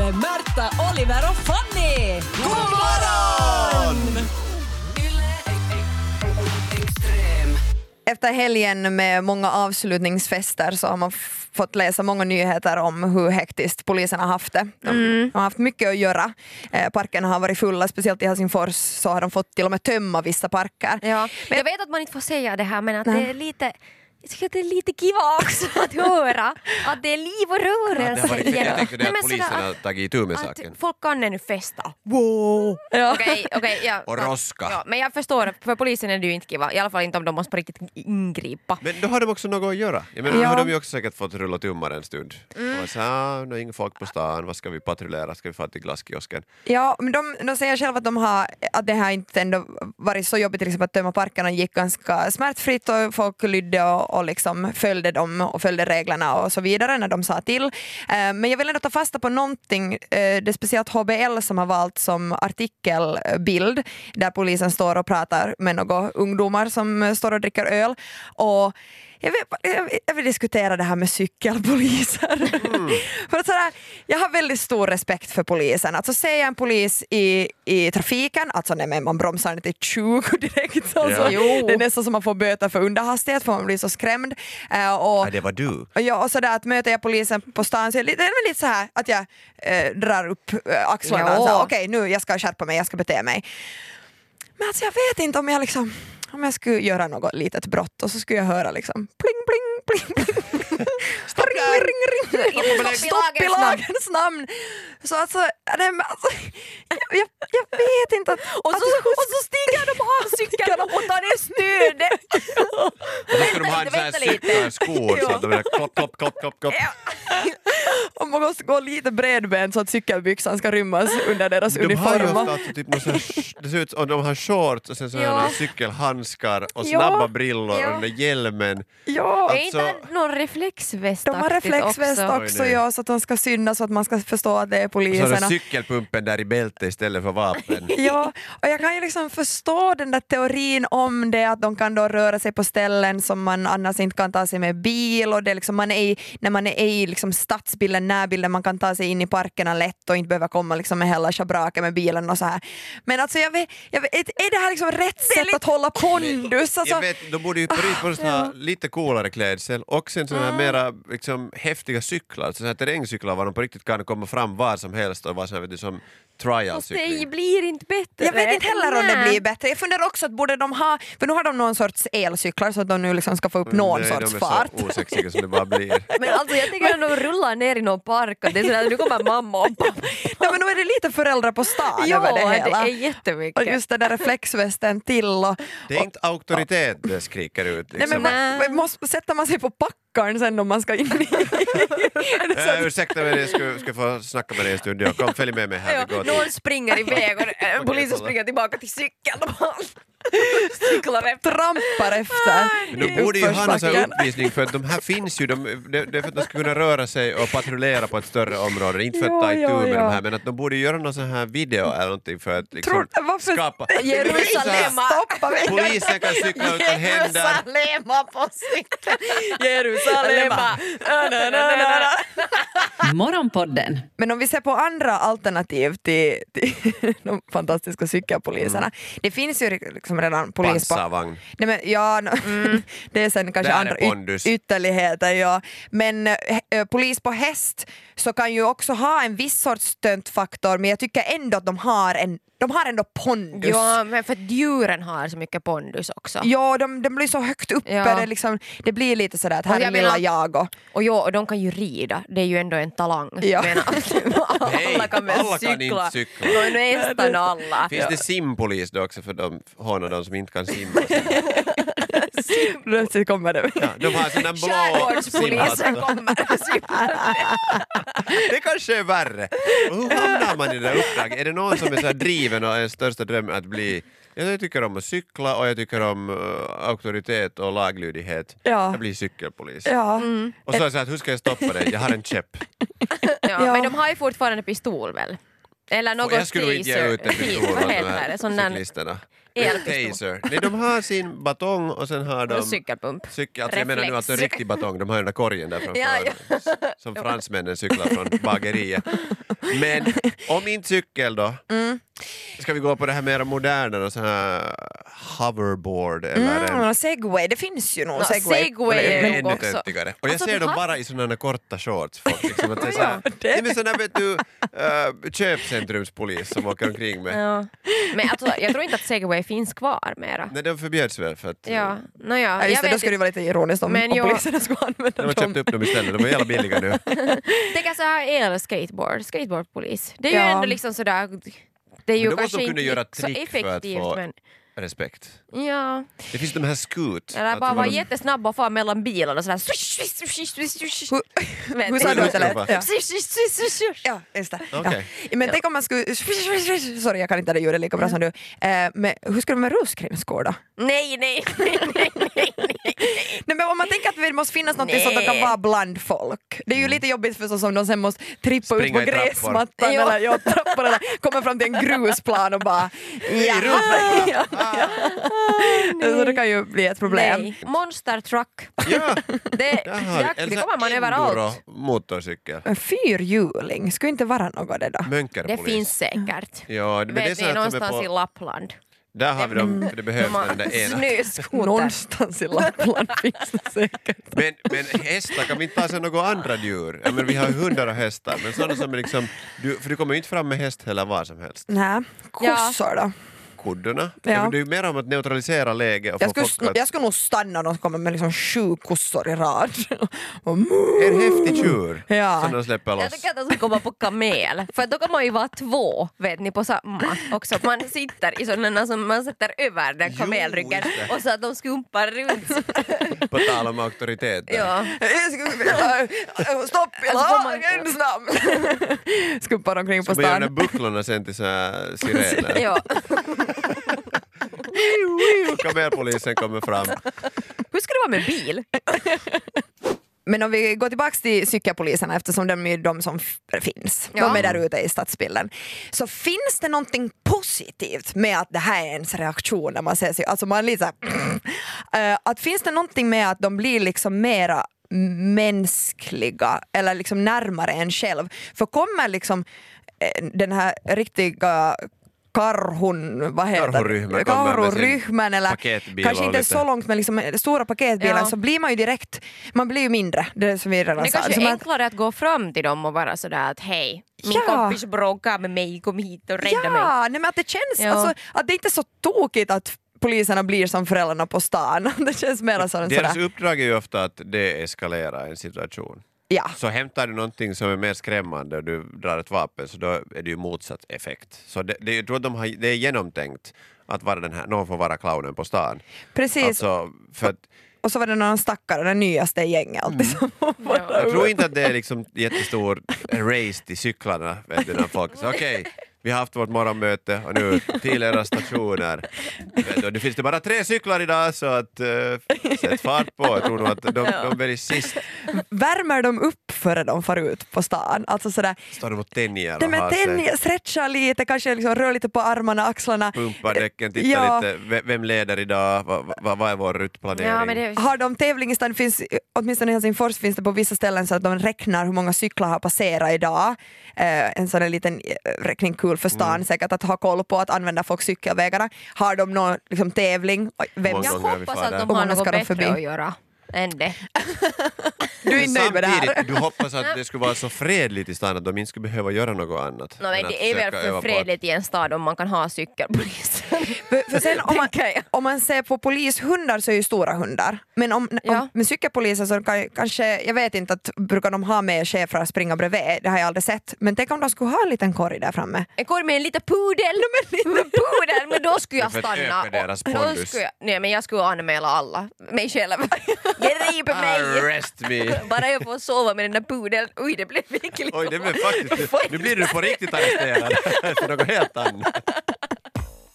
hälsa Oliver och Fanny! God morgon! Efter helgen med många avslutningsfester så har man f- fått läsa många nyheter om hur hektiskt polisen har haft det. De, de har haft mycket att göra. Eh, parkerna har varit fulla, speciellt i Helsingfors så har de fått till och med tömma vissa parker. Ja. Men- jag vet att man inte får säga det här men att Nej. det är lite jag tycker att det är lite kiva också att höra att det är liv och Att det har rörelse. varit mycket. genom- Jag tänkte det Nej, att men sådär polisen har tagit itu med att, saken. att folk kan ännu festa. Wow! Okej, okej. ja, Och ja, roska. Ja, men jag förstår, för polisen är det ju inte kiva. I alla fall inte om de måste på riktigt ingripa. Men då har de också något att göra. Jag menar, Ja. Nu har de ju också säkert fått rulla tummar en stund. Mm. Och så, ah, nu är inget folk på stan, vad ska vi patrullera, ska vi fara till glasskiosken? Ja, men de, de säger själva att, de har, att det här inte ändå varit så jobbigt till exempel att tömma parkerna gick ganska smärtfritt och folk lydde och, och liksom följde dem och följde reglerna och så vidare när de sa till. Eh, men jag vill ändå ta fasta på någonting, eh, det är speciellt HBL som har valt som artikelbild där polisen står och pratar med några ungdomar som eh, står och dricker öl. Och jag vill, jag, vill, jag vill diskutera det här med cykelpoliser. för att sådär, jag har väldigt stor respekt för polisen. Alltså ser jag en polis i, i trafiken, alltså nej, men man bromsar inte till 20 direkt. Alltså. Ja. Det är nästan som man får böter för underhastighet för man blir så skrämd. Eh, och, Ah, det var du. och Ja, och sådär att möter jag polisen på stan så är det lite, det är väl lite så här att jag eh, drar upp eh, axlarna och Ja. så, okej nu jag ska skärpa mig, jag ska bete mig. Men alltså jag vet inte om jag liksom, om jag skulle göra något litet brott och så skulle jag höra liksom pling pling pling pling. Stopp, ring, ring, ring. Stopp i lagens Stopp i namn. lagens namn! Så alltså, nej, men alltså jag, jag, jag vet inte att... Och så, att, och så stiger de av cykeln och tar ner snödet. Och så ska de ha en Vänta sån här lite, vänta lite. cykelskor så Ja. att de är klopp, klopp, klopp, klopp, klopp. och man måste gå lite bredbent så att cykelbyxan ska rymmas under deras De har ju uniformer. ofta alltså typ någon sån här, det ser ut som de har shorts och sen såna här Ja. cykelhandskar och Ja. snabba brillor Ja. och den där hjälmen. Ja. Är inte Alltså- någon reflexväst De har aktigt reflexväst också, Oj, nej. ja, så att de ska synas så att man ska förstå att det är Och så har de poliserna. cykelpumpen där i bältet istället för vapen. Ja, och jag kan ju liksom förstå den där teorin om det att de kan då röra sig på ställen som man annars inte kan ta sig med bil och det är liksom, man är i, när man är i liksom stadsbilden, närbilden, man kan ta sig in i parkerna lätt och inte behöva komma liksom med hela schabraken med bilen och så här. Men alltså jag vet, jag vet, är det här liksom rätt sätt att hålla pondus? Alltså, Ah, Jag vet, de borde ju på riktigt på såna här lite coolare klädsel och sen såna här mera liksom, häftiga cyklar, såna här terrängcyklar var de på riktigt kan komma fram var som helst och vara så här, vet du, som Fast det trial-cykling. blir inte bättre. Jag vet inte heller om det Nej. blir bättre. Jag funderar också att borde de ha, för nu har de någon sorts elcyklar så att de nu liksom ska få upp någon Nej, sorts de Mm, är fart. så osexiga som det bara blir. Men alltså jag tycker att de rullar ner i någon park och det är sådär, nu kommer mamma och pappa. Nej, men då är det lite föräldrar på stan Jo, över det det hela. är och jättemycket. just den där reflexvästen till och... Det är inte auktoritet det skriker ut. Nej, men Liksom. man, Nej. måste, sätter man sig på packaren sen om man ska in i... Är det så Äh, att- ursäkta mig, jag ska, ska få snacka med dig en stund. Ja, kom följ med mig här. Ja, Vi går någon springer iväg och eh, polisen kolla. springer tillbaka till cykeln. och bara Cyklar efter. Trampar efter Men de borde ju ha någon sån här uppförsbacken. uppvisning för att de här finns ju, de, det, det är för att de ska kunna röra sig och patrullera på ett större område, inte för att Ja, ta itu ja, med ja. de här men att de borde göra någon sån här video eller någonting för att liksom Tror- varför- skapa... Jerusalem. Stoppa mig! Polisen kan cykla utan händer. Jerusalema på cykeln! Jerusalema! Morgonpodden Men om vi ser på andra alternativ till, till de fantastiska cykelpoliserna. Mm. Det finns ju liksom redan polis på... Pansarvagn. Nej, men, ja, no, det är sen kanske Där Mm. är andra pondus. ytterligheter. Ja. Men eh, eh, polis på häst så kan ju också ha en viss sorts stöntfaktor men jag tycker ändå att de har, en, de har ändå pondus. Ja, men för att djuren har så mycket pondus också. Ja, de, de blir så högt uppe, Ja. det, är liksom, det blir lite sådär att här Och är jag lilla menar- jag och... Och jo, och de kan ju rida, det är ju ändå en talang. Ja. Men alla kan väl alla kan cykla. inte cykla. No, nästan alla. Finns det simpolis då också för de hånar de som inte kan simma? Plötsligt kommer det. Ja, de har sån där blå Skärgårdspolisen simhatt. kommer och Mm, cyklar. Det kanske är värre. Och hur hamnar man i det där uppdraget? Är det någon som är så här driven och ens största dröm är att bli jag tycker om att cykla och jag tycker om eh, auktoritet och laglydighet. Ja. Jag blir cykelpolis. Ja. Och så, är det så här, hur ska jag stoppa dig? Jag har en käpp. Ja, Ja. Men de har ju fortfarande pistol väl? Eller något Och jag skulle nog inte ge taser- ut en pistol Vad åt de heter här det? Sån där cyklisterna. Elpistol. Taser. Nej, de har sin batong och sen har de... Och cykelpump. Cykel, alltså jag menar nu Reflex. att en riktig batong, de har den där korgen där framför. Ja, Som fransmännen cyklar från bageriet. Men om inte cykel då? Mm. Ska vi gå på det här mer moderna då, sån här hoverboard eller Mm, en... och segway, det finns ju nog No, segway. segway Det är är nog ännu också. töntigare. Och jag Alltså, ser du dem har- bara i såna här korta shorts. Folk, liksom, att det är så här, nej, men sån här vet du, äh, köpcentrumspolis som åker omkring med... Ja. Men alltså, jag tror inte att segway finns kvar mera. Nej, de förbjöds väl för att Ja, no, ja. Ja, just jag det, då vet skulle det inte. vara lite ironiskt om, Men om jag- poliserna skulle de använda har dem. köpt upp dem istället, de är jävla billiga nu. Tänk så här el-skateboard, skateboardpolis. Det är Ja. ju ändå liksom sådär... Det är Men ju då måste kanske de kunna inte göra så trick för att effektivt få- men... Respekt. Ja. Det finns de här scoot. Eller att bara det vara de- jättesnabb och fara mellan bilarna sådär... swish, swish, swish, swish, swish, swish. Hur- Men- Hur sa du att det lät? Skruva. Ja. Swish, swish, swish, swish, swish. Ja, just det. Okej. Ja. Men tänk om man skulle... Sorry, jag kan inte det ljudet lika bra som Mm. du. Eh, men hur skulle det med rullskridskor då? Nej, nej, nej, nej, nej, nej. Nej, men om man tänker att det måste finnas något som de Nej. kan vara bland folk. Det är ju lite jobbigt för så som de sen måste trippa ut Mm. Springa på i trappor. gräsmattan Ja. eller ja, trappor eller komma fram till en grusplan och bara... Ja. rulltrappan. Så det kan ju bli ett problem. Nej. Monster truck. Ja! Det, Jaha, det, eller det så kommer man enduro- överallt. Motorcykel. En fyrhjuling, skulle inte vara något det då? Mönkarpolis. Det finns säkert. Ja, men det är Vet så ni, att de är någonstans i på... Lappland. Där har vi dem, för det behövs De har den där ena. snöskoter. Någonstans i Lappland finns det säkert. Men, men hästar, kan vi inte ta sig några andra djur? Ja, men vi har hundar och hästar, men sådana som är liksom... Du, för du kommer ju inte fram med häst heller var som helst. Nej, kossor då? Kuddorna? Ja. Ja. men det är ju mer om att neutralisera läget och Jag få skulle, folk att... jag skulle nog stanna om de kommer med liksom sju kossor i rad. Och En häftig tjur Ja. som de släpper Jag loss. tycker att de ska komma på kamel, för då kan man ju vara två vet ni, på samma också. Man sitter i sådana som man sätter över den Jo, kamelryggen just det. och så att de skumpar runt. På tal om auktoritet. där. Ja. Jag skulle- Stopp i Alltså, får man- lagens namn! Skumpar omkring på Ska man göra de stan. där bucklorna sen till så här sirener? Ja. Kamelpolisen kommer fram. Hur ska det vara med bil? Men om vi går tillbaka till cykelpoliserna eftersom de är ju de som f- finns. Ja. De är där ute i stadsbilden. Så finns det någonting positivt med att det här är ens reaktion när man ser sig? Alltså man är lite såhär... Eh, att finns det någonting med att de blir liksom mera mänskliga eller liksom närmare en själv? För kommer liksom eh, den här riktiga karhun, vad heter det? Karhuryhmä kommer med sin Karhuryhmän eller paketbil kanske och inte lite- så långt men liksom stora paketbilar Ja. så blir man ju direkt, man blir ju mindre, det är som vi redan Det sa. kanske Så är man- enklare att gå fram till dem och vara sådär att hej, min Ja. kompis bråkar med mig, kom hit och rädda mig. Ja, nej, men att det känns, Ja. alltså, att det inte är så tokigt att poliserna blir som föräldrarna på stan. Det känns mer som en Deras sådär, uppdrag är ju ofta att deeskalera en situation. ja. Så hämtar du någonting som är mer skrämmande och du drar ett vapen så då är det ju motsatt effekt. Så det, det, jag tror att de har, det är genomtänkt att vara den här, någon får vara clownen på stan. Precis, Alltså, för att, och så var det någon stackare, den nyaste i gänget Mm. Liksom. alltid som var Ja. där. jag tror inte att det är liksom jättestor race till cyklarna. Vet du, när folk säger okej, vi har haft vårt morgonmöte och nu till era stationer. Vet du, Det finns det bara tre cyklar idag så att eh, sätt fart på. Jag tror nog att de, de väljer sist, Värmer de upp före de far ut på stan? Alltså sådär, står de och tänjer nej, och men har sig. tänj, stretcha lite, kanske liksom rör lite på armarna, axlarna. pumpa däcken, titta Ja. lite, ve- vem leder idag, vad va, va vad är vår ruttplanering? Ja, men det, Har de tävlingsdagen, finns, åtminstone i Helsingfors finns det på vissa ställen så att de räknar hur många cyklar har passerat idag. Eh, en sån där liten eh, räkningkul för stan Mm. säkert att ha koll på, att använda folk cykelvägarna. Har de någon liksom, tävling? Oj, Vem, Många jag gånger vi hoppas far där. att Och de har många ska något de bättre förbi. att göra än det. du är Men inte nöjd med det här? samtidigt, Du hoppas att det skulle vara så fredligt i stan att de inte skulle behöva göra något annat. No, än men att det är väl försöka öva på för att- fredligt i en stad om man kan ha cykelpolis. För, för sen om man, Tänker jag. om man ser på polishundar så är ju stora hundar. Men om, Ja. om, med cykelpoliser så kan, kanske, jag vet inte, att, brukar de ha med chefer att springa bredvid? Det har jag aldrig sett. Men tänk om de skulle ha en liten korg där framme? En korg med en liten pudel. Med pudel, men då skulle jag För att stanna. öka deras och- då pondus. skulle jag, nej men jag skulle anmäla alla. Mig själv. Grip mig! Arrest me! Bara jag får sova med den där pudeln. Oj det blev äckligt. Oj, det blev faktiskt... Nu blir du på riktigt arresterad för något helt annat.